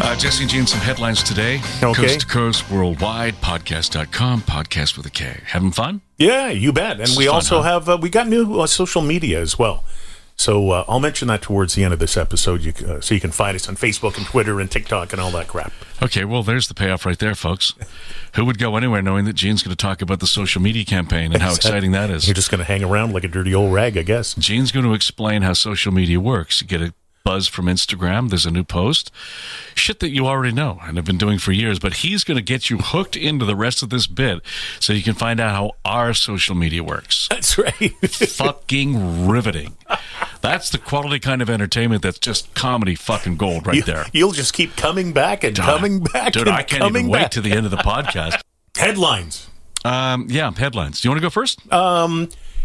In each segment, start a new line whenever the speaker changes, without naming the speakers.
Uh, Jesse and Gene, some headlines today.
Okay.
Coast to coast, worldwide, podcast.com, podcast with a K. Having fun?
Yeah, you bet. And
is
we
fun,
also
huh?
have uh, we got new uh, social media as well. So uh, I'll mention that towards the end of this episode, you, c- uh, so you can find us on Facebook and Twitter and TikTok and all that crap.
Okay, well, there's the payoff right there, folks. Who would go anywhere knowing that Gene's going to talk about the social media campaign and how exciting that is?
You're just going to hang around like a dirty old rag, I guess.
Gene's going to explain how social media works. You get a buzz from Instagram, there's a new post. Shit that you already know and have been doing for years, but he's going to get you hooked into the rest of this bit so you can find out how our social media works.
That's right.
fucking riveting. That's the quality kind of entertainment that's just comedy fucking gold right there.
You'll just keep coming back and coming back
Dude,
and
I can't
coming
even wait
back.
to the end of the podcast.
Headlines.
Um, yeah, headlines. Do you want to go first?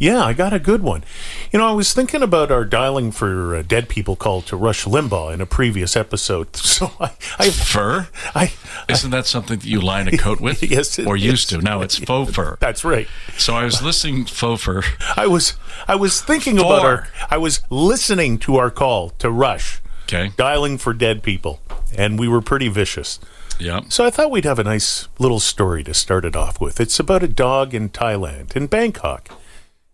Yeah, I got a good one. You know, I was thinking about our dialing for uh, dead people call to Rush Limbaugh in a previous episode. So I, I,
fur?
I
Isn't that something that you line a coat with?
Yes, it
Or used
is.
to. No, it's faux fur.
that's right.
So I was listening faux fur.
I was I was thinking about
Four.
our I was listening to our call to Rush.
Okay.
Dialing for dead people. And we were pretty vicious.
Yeah.
So I thought we'd have a nice little story to start it off with. It's about a dog in Thailand, in Bangkok.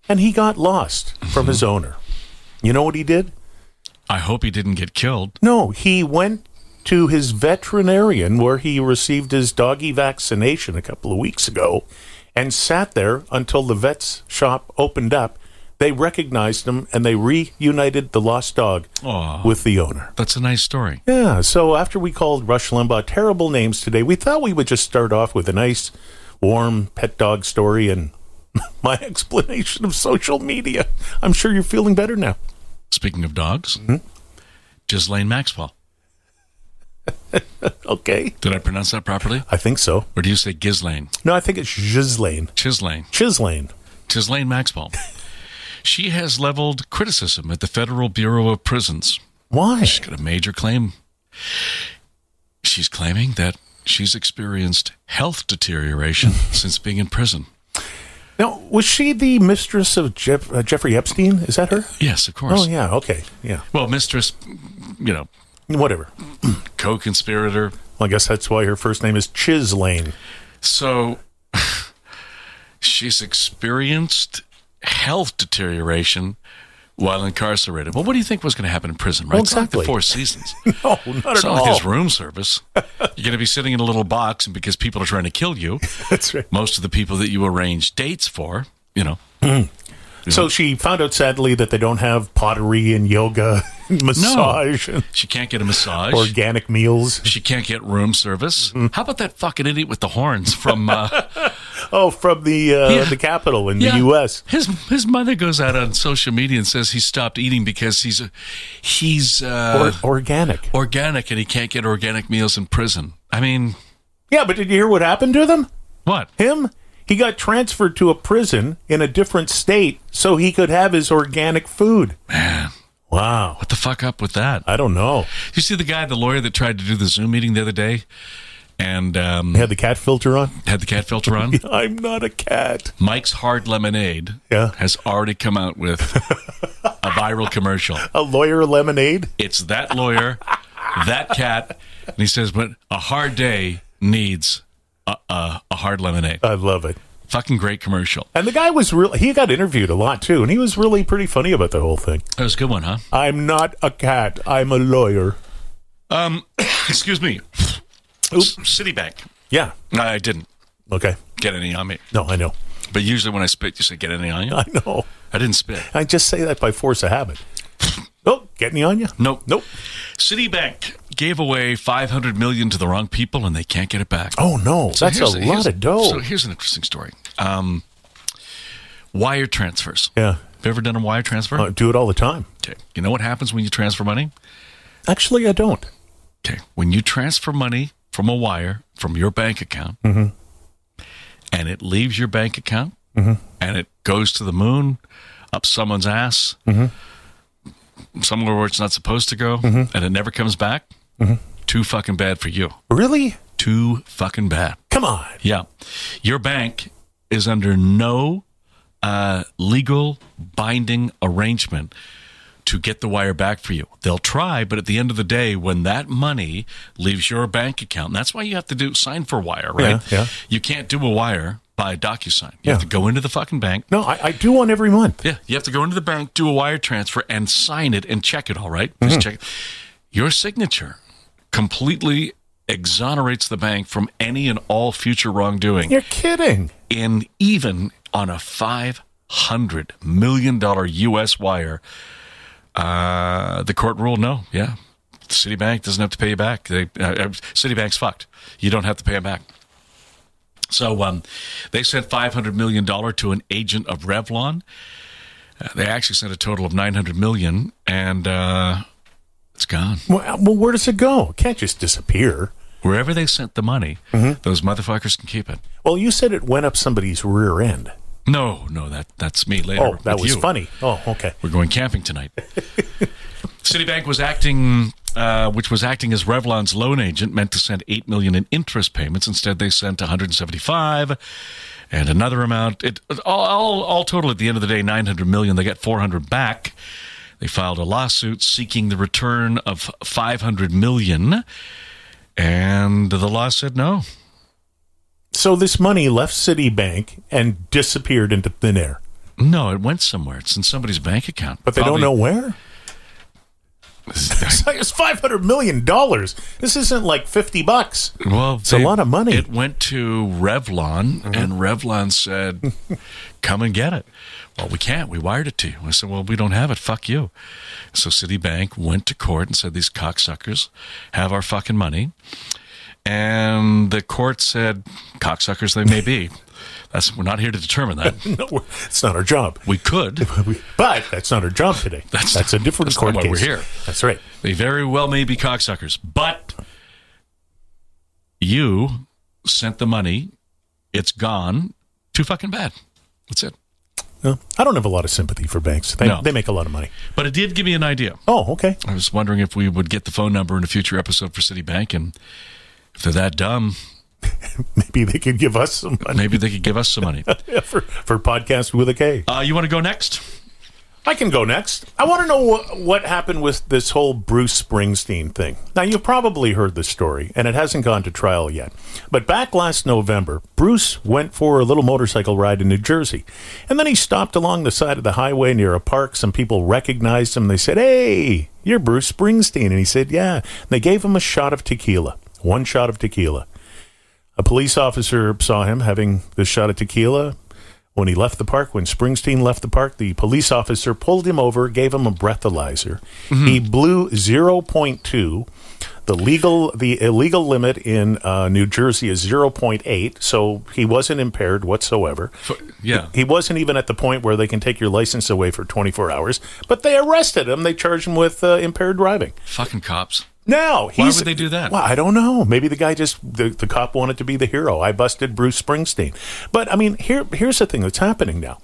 And he got lost from his owner. You know what he did?
I hope he didn't get killed.
No, he went to his veterinarian where he received his doggy vaccination a couple of weeks ago and sat there until the vet's shop opened up. They recognized him and they reunited the lost dog
Aw.
with the owner.
That's a nice story.
Yeah, so after we called Rush Limbaugh terrible names today, we thought we would just start off with a nice, warm pet dog story and my explanation of social media. I'm sure you're feeling better now.
Speaking of dogs,
Hmm?
Ghislaine Maxwell.
Okay.
Did I pronounce that properly?
I think so.
Or do you say Ghislaine?
No, I think it's Ghislaine.
Chislane.
Chislane.
Ghislaine Maxwell. she has leveled criticism at the Federal Bureau of Prisons.
Why?
She's got a major claim. She's claiming that she's experienced health deterioration since being in prison.
Now, was she the mistress of Jeff, uh, Jeffrey Epstein? Is that her?
Yes, of course.
Oh, yeah. Okay. Yeah.
Well, mistress, you know,
Whatever.
co conspirator.
Well, I guess that's why her first name is Chislane.
So she's experienced health deterioration while incarcerated. Well, what do you think was going to happen in prison, right?
Well,
It's not like the
exactly.
Four Seasons.
No, not
It's not like
at all.
there's room service. You're going to be sitting in a little box, and because people are trying to kill you,
That's right.
most of the people that you arrange dates for, you know,
So she found out, sadly, that they don't have pottery and yoga, and massage, and
she can't get a massage.
organic meals.
she can't get room service.
Mm-hmm.
How about that fucking idiot with the horns from uh,
Oh, from the uh,
Yeah.
the capital in
yeah.
the U.S.
His his mother goes out on social media and says he stopped eating because he's a, he's
Or-
uh,
organic.
organic and he can't get organic meals in prison. I mean,
Yeah, but did you hear what happened to them?
what?
Him? He got transferred to a prison in a different state so he could have his organic food.
Man,
Wow.
what the fuck up with that?
I don't know.
You see the guy, the lawyer that tried to do the Zoom meeting the other day, and um,
He had the cat filter on.
had the cat filter on.
I'm not a cat.
Mike's Hard Lemonade
Yeah.
has already come out with a viral commercial.
A lawyer lemonade?
It's that lawyer, that cat, and he says, "But a hard day needs a, a, a hard lemonade."
I love it.
Fucking great commercial.
And the guy was real he got interviewed a lot too, and he was really pretty funny about the whole thing.
That was a good one, huh?
I'm not a cat. I'm a lawyer.
Um, excuse me. Oops, Citibank.
Yeah.
No, I didn't
Okay.
get any on me.
No, I know.
But usually when I spit, you say, "Get any on you?"
I know.
I didn't spit.
I just say that by force of habit. Oh, get me on you?
Nope.
Nope.
Citibank gave away 500 million to the wrong people, and they can't get it back.
Oh no,
So
that's a
here's-
lot
here's-
of dough.
So here's an interesting story. Um, wire transfers.
yeah.
Have you ever done a wire transfer?
I do it all the time.
Okay. You know what happens when you transfer money?
Actually, I don't.
Okay. When you transfer money from a wire from your bank account
Mm-hmm.
and it leaves your bank account and it goes to the moon, up someone's ass,
Mm-hmm.
somewhere where it's not supposed to go, and it never comes back,
Mm-hmm.
too fucking bad for you.
Really?
Too fucking bad.
Come on.
Yeah. Your bank is under no uh, legal binding arrangement to get the wire back for you. They'll try, but at the end of the day, when that money leaves your bank account, and that's why you have to do sign for wire, right?
Yeah, yeah.
You can't do a wire by DocuSign. You have
Yeah.
to go into the fucking bank.
No, I, I do one every month.
Yeah, you have to go into the bank, do a wire transfer, and sign it and check it. All right? just
Mm-hmm.
check it. Your signature completely exonerates the bank from any and all future wrongdoing,
You're kidding.
and even on a five hundred million dollar U.S. wire. Uh, the court ruled no. Yeah, Citibank doesn't have to pay you back. They, uh, uh, Citibank's fucked. You don't have to pay them back. So um, they sent $500 million to an agent of Revlon. Uh, they actually sent a total of $900 million, and uh, it's gone.
Well, uh, well, where does it go? It can't just disappear.
Wherever they sent the money,
Mm-hmm.
those motherfuckers can keep it.
Well, you said it went up somebody's rear end.
No, no, that that's me later.
Oh, that
with
was
you.
funny. Oh, okay.
We're going camping tonight. Citibank was acting, uh, which was acting as Revlon's loan agent, meant to send eight million in interest payments. Instead, they sent 175 and another amount. It all, all, all total at the end of the day, 900 million. They got 400 back. They filed a lawsuit seeking the return of 500 million, and the law said no.
So this money left Citibank and disappeared into thin air,
No, it went somewhere. It's in somebody's bank account.
but they
Probably-
don't know where.
It's
It's like it's five hundred million dollars. This isn't like fifty bucks.
Well,
It's a lot of money. Mm-hmm.
It went to Revlon, and Revlon said, "Come and get it." Well, we can't. We wired it to you. I said, "Well, we don't have it. Fuck you." So Citibank went to court and said, "These cocksuckers have our fucking money," and the court said, "Cocksuckers, they may be." That's we're not here to determine that.
No, we're- it's not our job.
We could.
We- But that's not our job today.
That's-
That's, a different
that's
court
not why
case.
we're here.
That's right.
They very well may be cocksuckers, but you sent the money. It's gone. Too fucking bad. That's it.
No, I don't have a lot of sympathy for banks. They,
No.
they make a lot of money.
But it did give me an idea.
Oh, okay.
I was wondering if we would get the phone number in a future episode for Citibank, and if they're that dumb,
Maybe they could give us some money
maybe they could give us some money.
for for podcast with a K.
Uh, you want to go next?
I can go next. I want to know what, what happened with this whole Bruce Springsteen thing. Now, you've probably heard the story, and it hasn't gone to trial yet. But back last November, Bruce went for a little motorcycle ride in New Jersey. And then he stopped along the side of the highway near a park. Some people recognized him. They said, Hey, you're Bruce Springsteen. And he said, Yeah. And they gave him a shot of tequila, one shot of tequila. A police officer saw him having this shot of tequila. When he left the park, when Springsteen left the park, the police officer pulled him over, gave him a breathalyzer. He blew 0.2. The legal, the illegal limit in uh, New Jersey is 0.8, so he wasn't impaired whatsoever.
For- yeah.
He wasn't even at the point where they can take your license away for 24 hours, but they arrested him. They charged him with uh, impaired driving.
Fucking cops.
No,
Why
he's-
would they do that?
Well, I don't know. Maybe the guy just the, the cop wanted to be the hero. I busted Bruce Springsteen. But I mean, here here's the thing that's happening now.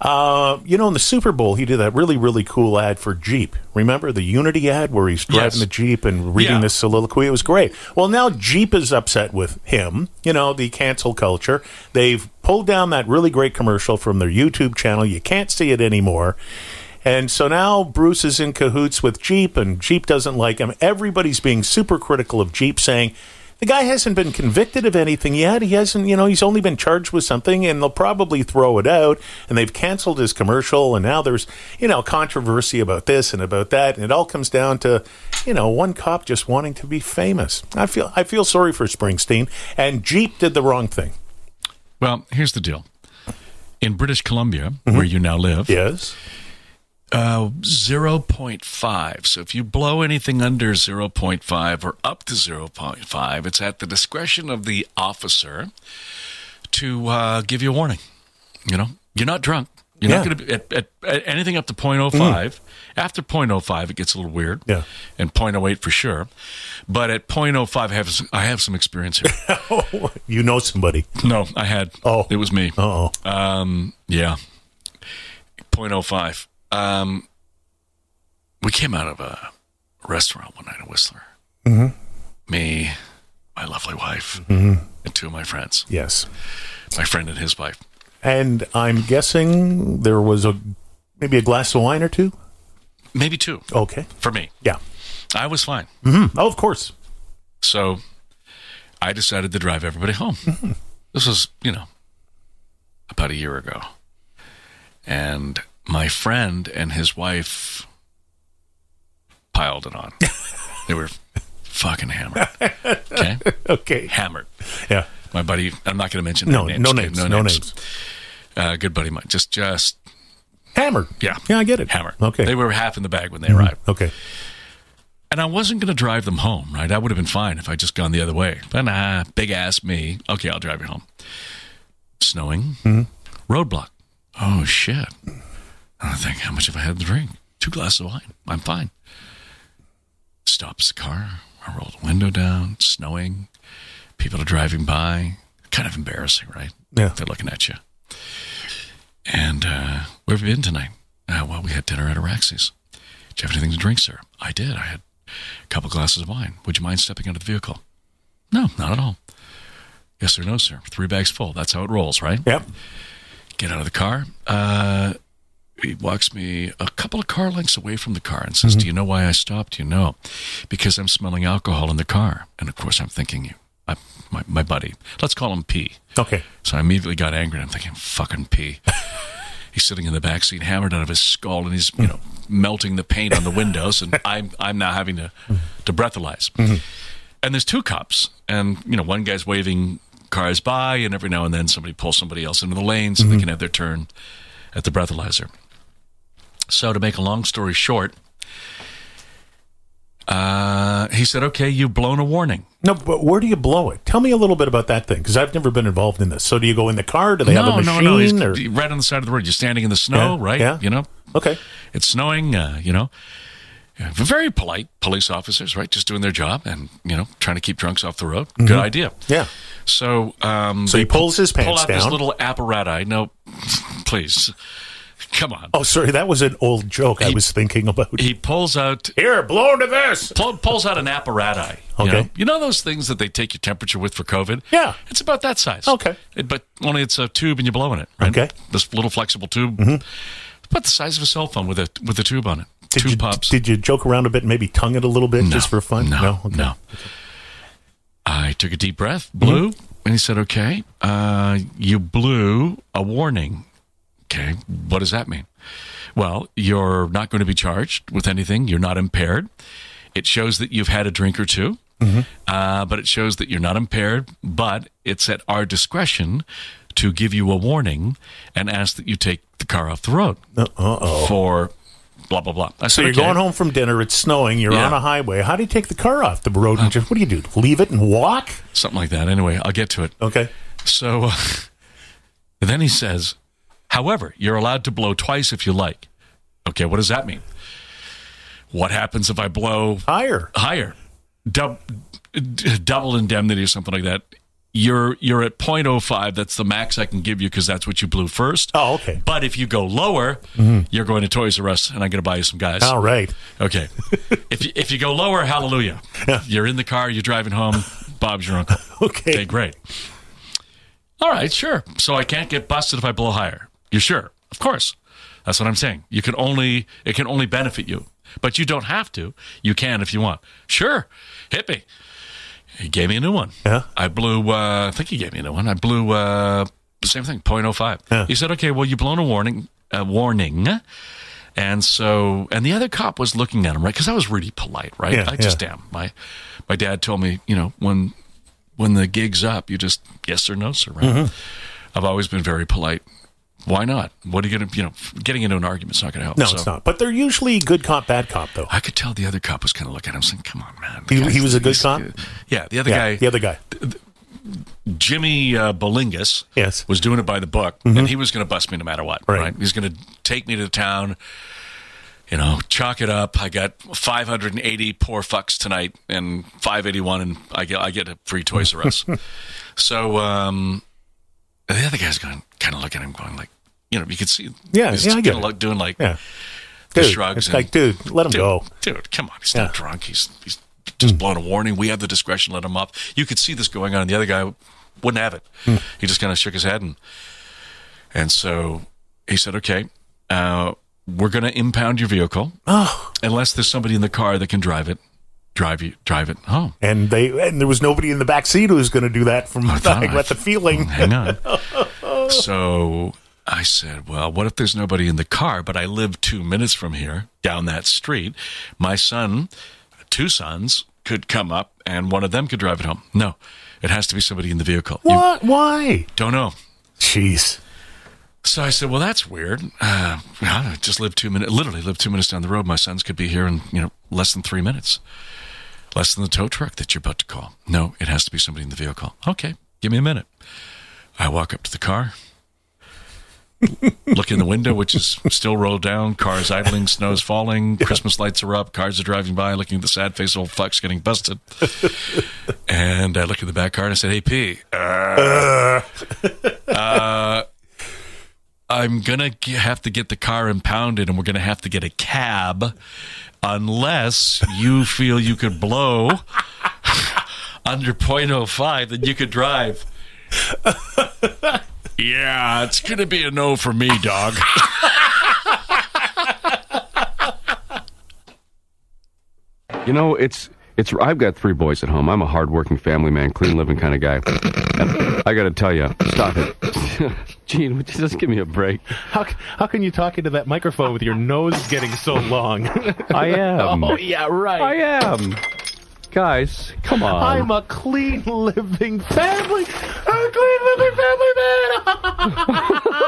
Uh, you know, in the Super Bowl, he did that really really cool ad for Jeep. Remember the Unity ad where he's driving
Yes.
the Jeep and reading
Yeah.
this soliloquy? It was great. Well, now Jeep is upset with him. You know, the cancel culture. They've pulled down that really great commercial from their YouTube channel. You can't see it anymore. And so now Bruce is in cahoots with Jeep, and Jeep doesn't like him. Everybody's being super critical of Jeep, saying the guy hasn't been convicted of anything yet. He hasn't, you know, he's only been charged with something, and they'll probably throw it out. And they've canceled his commercial, and now there's, you know, controversy about this and about that, and it all comes down to, you know, one cop just wanting to be famous. I feel, I feel sorry for Springsteen, and Jeep did the wrong thing.
Well, here's the deal. In British Columbia, where you now live,
Yes.
uh, 0.5. So if you blow anything under 0.5 or up to 0.5, it's at the discretion of the officer to uh, give you a warning. You know, you're not drunk. You're not
Yeah. Mm.
going to be at, at, at anything up to 0.05. After 0.05, it gets a little weird.
Yeah.
And 0.08 for sure. But at 0.05, I have, s- I have some experience here.
You know somebody.
no, I had.
Oh.
It was me.
Uh oh.
Um, yeah. 0.05. Um, we came out of a restaurant one night at Whistler. Mm-hmm. Me, my lovely wife, and two of my friends,
Yes.
my friend and his wife.
And I'm guessing there was a maybe a glass of wine or two.
maybe two
Okay.
for me.
Yeah.
I was fine.
Oh, of course.
So I decided to drive everybody home.
Mm-hmm.
This was, you know, about a year ago. And my friend and his wife piled it on. they were fucking hammered. Okay?
Okay.
Hammered.
Yeah.
My buddy, I'm not going to mention
No,
their
no
okay?
names. No, names.
Uh, good buddy of mine. Just, just
Hammered.
Yeah.
Yeah, I get it.
hammered.
Okay. Mm-hmm.
They were half in the bag when they arrived.
okay.
And I wasn't going to drive them home, right? I would have been fine if I'd just gone the other way. But nah, big ass me. Okay, I'll drive you home. Snowing, roadblock. Oh, shit. I don't think, how much have I had to drink? Two glasses of wine. I'm fine. Stops the car. I roll the window down. Snowing. People are driving by. Kind of embarrassing, right?
Yeah.
They're looking at you. And uh, where have you been tonight? Uh, well, we had dinner at Araxes. Did you have anything to drink, sir? I did. I had a couple glasses of wine. Would you mind stepping out of the vehicle? No, not at all. Yes or no, sir. Three bags full. That's how it rolls, right?
Yep.
Get out of the car. Uh, he walks me a couple of car lengths away from the car and says, Do you know why I stopped? You know, because I'm smelling alcohol in the car. And of course, I'm thinking, you, I, my, my buddy, let's call him P.
Okay.
So I immediately got angry. and I'm thinking, fucking pee. He's sitting in the back seat, hammered out of his skull, and he's you know melting the paint on the windows, and I'm I'm now having to
Mm-hmm.
to breathalyze. And there's two cops, and you know one guy's waving cars by, and every now and then somebody pulls somebody else into the lane so
Mm-hmm.
they can have their turn at the breathalyzer. So to make a long story short, uh, he said, "Okay, you've blown a warning."
No, but where do you blow it? Tell me a little bit about that thing because I've never been involved in this. So do you go in the car? Do they have a machine?
no, no, he's
or-
right on the side of the road. You're standing in the snow,
Yeah,
right?
yeah.
You know,
okay.
it's snowing, uh, you know. Yeah, Very polite police officers, right? Just doing their job and, you know, trying to keep drunks off the road. Good idea.
Yeah.
So, um,
Mm-hmm. So he pulls his
pull
pants
out this
down.
little apparatus. No, please. Come on.
oh, sorry. That was an old joke I was thinking about.
He pulls out
Here, blow to this.
pull, pulls out an apparatus. You
Okay.
know? you know those things that they take your temperature with for COVID?
Yeah.
It's about that size.
Okay.
It- but only it's a tube and you're blowing it. Right?
Okay. Mm-hmm.
This little flexible tube, about the size of a cell phone with a with a tube on it.
Did
two
you,
pops.
Did you joke around a bit, maybe tongue it a little bit just for fun?
No, no.
Okay.
I took a deep breath, blew,
Mm-hmm.
and he said, "Okay, uh, you blew a warning." Okay, what does that mean? Well, you're not going to be charged with anything. You're not impaired. It shows that you've had a drink or 2
Mm-hmm.
uh, but it shows that you're not impaired. But it's at our discretion to give you a warning and ask that you take the car off the road
Uh oh.
for blah blah blah. I
So
said,
you're
"Okay."
going home from dinner. It's snowing. You're
Yeah. Uh,
on a highway. How do you take the car off the road? And just what do you do? Leave it and walk?
something like that. Anyway, I'll get to it.
Okay.
So uh, then he says, however, you're allowed to blow twice if you like. Okay, what does that mean? What happens if I blow
Higher.
higher? Dub, d- double indemnity or something like that. You're you're at 0.05. That's the max I can give you because that's what you blew first.
Oh, okay.
But if you go lower, you're going to Toys R Us and I'm going to buy you some guys.
All right.
Okay. if, you, if you go lower, hallelujah. You're in the car, you're driving home. Bob's your uncle.
Okay.
Okay, great. All right, sure. So I can't get busted if I blow higher. You're sure? Of course. That's what I'm saying. You can only it can only benefit you, but you don't have to. You can if you want. Sure, hit me. He gave me a new one.
Yeah.
I blew. Uh, I think he gave me a new one. I blew uh, same thing, 0.05.
Yeah.
He said, "Okay, well, you've blown a warning. A warning." And so, and the other cop was looking at him, right? Because I was really polite, right?
Yeah,
I just
yeah.
am. My my dad told me, you know, when when the gig's up, you just yes or no, sir. Right?
Mm-hmm.
I've always been very polite. Why not? What are you going to, you know, getting into an argument's not going to help.
No,
So
it's not. But they're usually good cop, bad cop, though.
I could tell the other cop was kind of looking at him, saying, "Come on, man."
He- he was a good
he's-
cop?
Yeah, the other
yeah,
guy,
the other guy.
Jimmy uh, Bolingus,
Yes. Mm-hmm.
was doing it by the book, and he was going to bust me no matter what.
Right.
Right? He's going to take me to the town. You know, chalk it up. I got 580 poor fucks tonight, and 581, and I get I get a free Toys R Us. so um, the other guy's going, kind of looking at him, going like, you know, you could see,
Yeah,
he's
yeah, I
just
get
kinda
it.
like- doing like,
Yeah.
The
Dude,
shrugs
it's
and-
like, dude, let him
dude,
go.
dude, come on, he's
Yeah. Hmm.
not drunk. He's he's just blown a warning. We have the discretion, let him up. You could see this going on, and the other guy wouldn't have it.
Hmm.
He just kind of shook his head and and so he said, okay, uh, we're going to impound your vehicle
Oh,
unless there's somebody in the car that can drive it. Drive you, drive it home.
and they and there was nobody in the back seat who was going to do that. From
I
I,
thought I-
got the feeling.
Hang on. so I said, Well, what if there's nobody in the car? But I live two minutes from here down that street. My son, two sons, could come up and one of them could drive it home. No, it has to be somebody in the vehicle. You
What? Why?
don't know.
Jeez.
So I said, "Well, that's weird. Uh, I just live two minutes, literally live two minutes down the road. My sons could be here in you know less than three minutes, less than the tow truck that you're about to call. No, it has to be somebody in the vehicle. Okay, give me a minute. I walk up to the car, look in the window, which is still rolled down. Cars idling, snow's falling, Christmas lights are up, cars are driving by, looking at the sad face of old fucks getting busted. and I look at the back car and I said, "Hey, P, I'm gonna g- have to get the car impounded, and we're gonna have to get a cab, unless you feel you could blow under .05, then you could drive. yeah, it's gonna be a no for me, dog.
You know, it's it's. I've got three boys at home. I'm a hardworking family man, clean living kind of guy. And I got to tell you, stop it, Gene. would you Just give me a break.
How, c- how can you talk into that microphone with your nose getting so long?
I am.
oh, yeah, right.
I am. Guys, come on.
I'm a clean living family. I'm a clean living family man.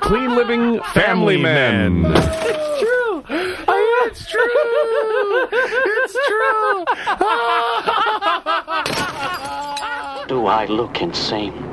clean living family,
Family
man.
man.
Do I look insane?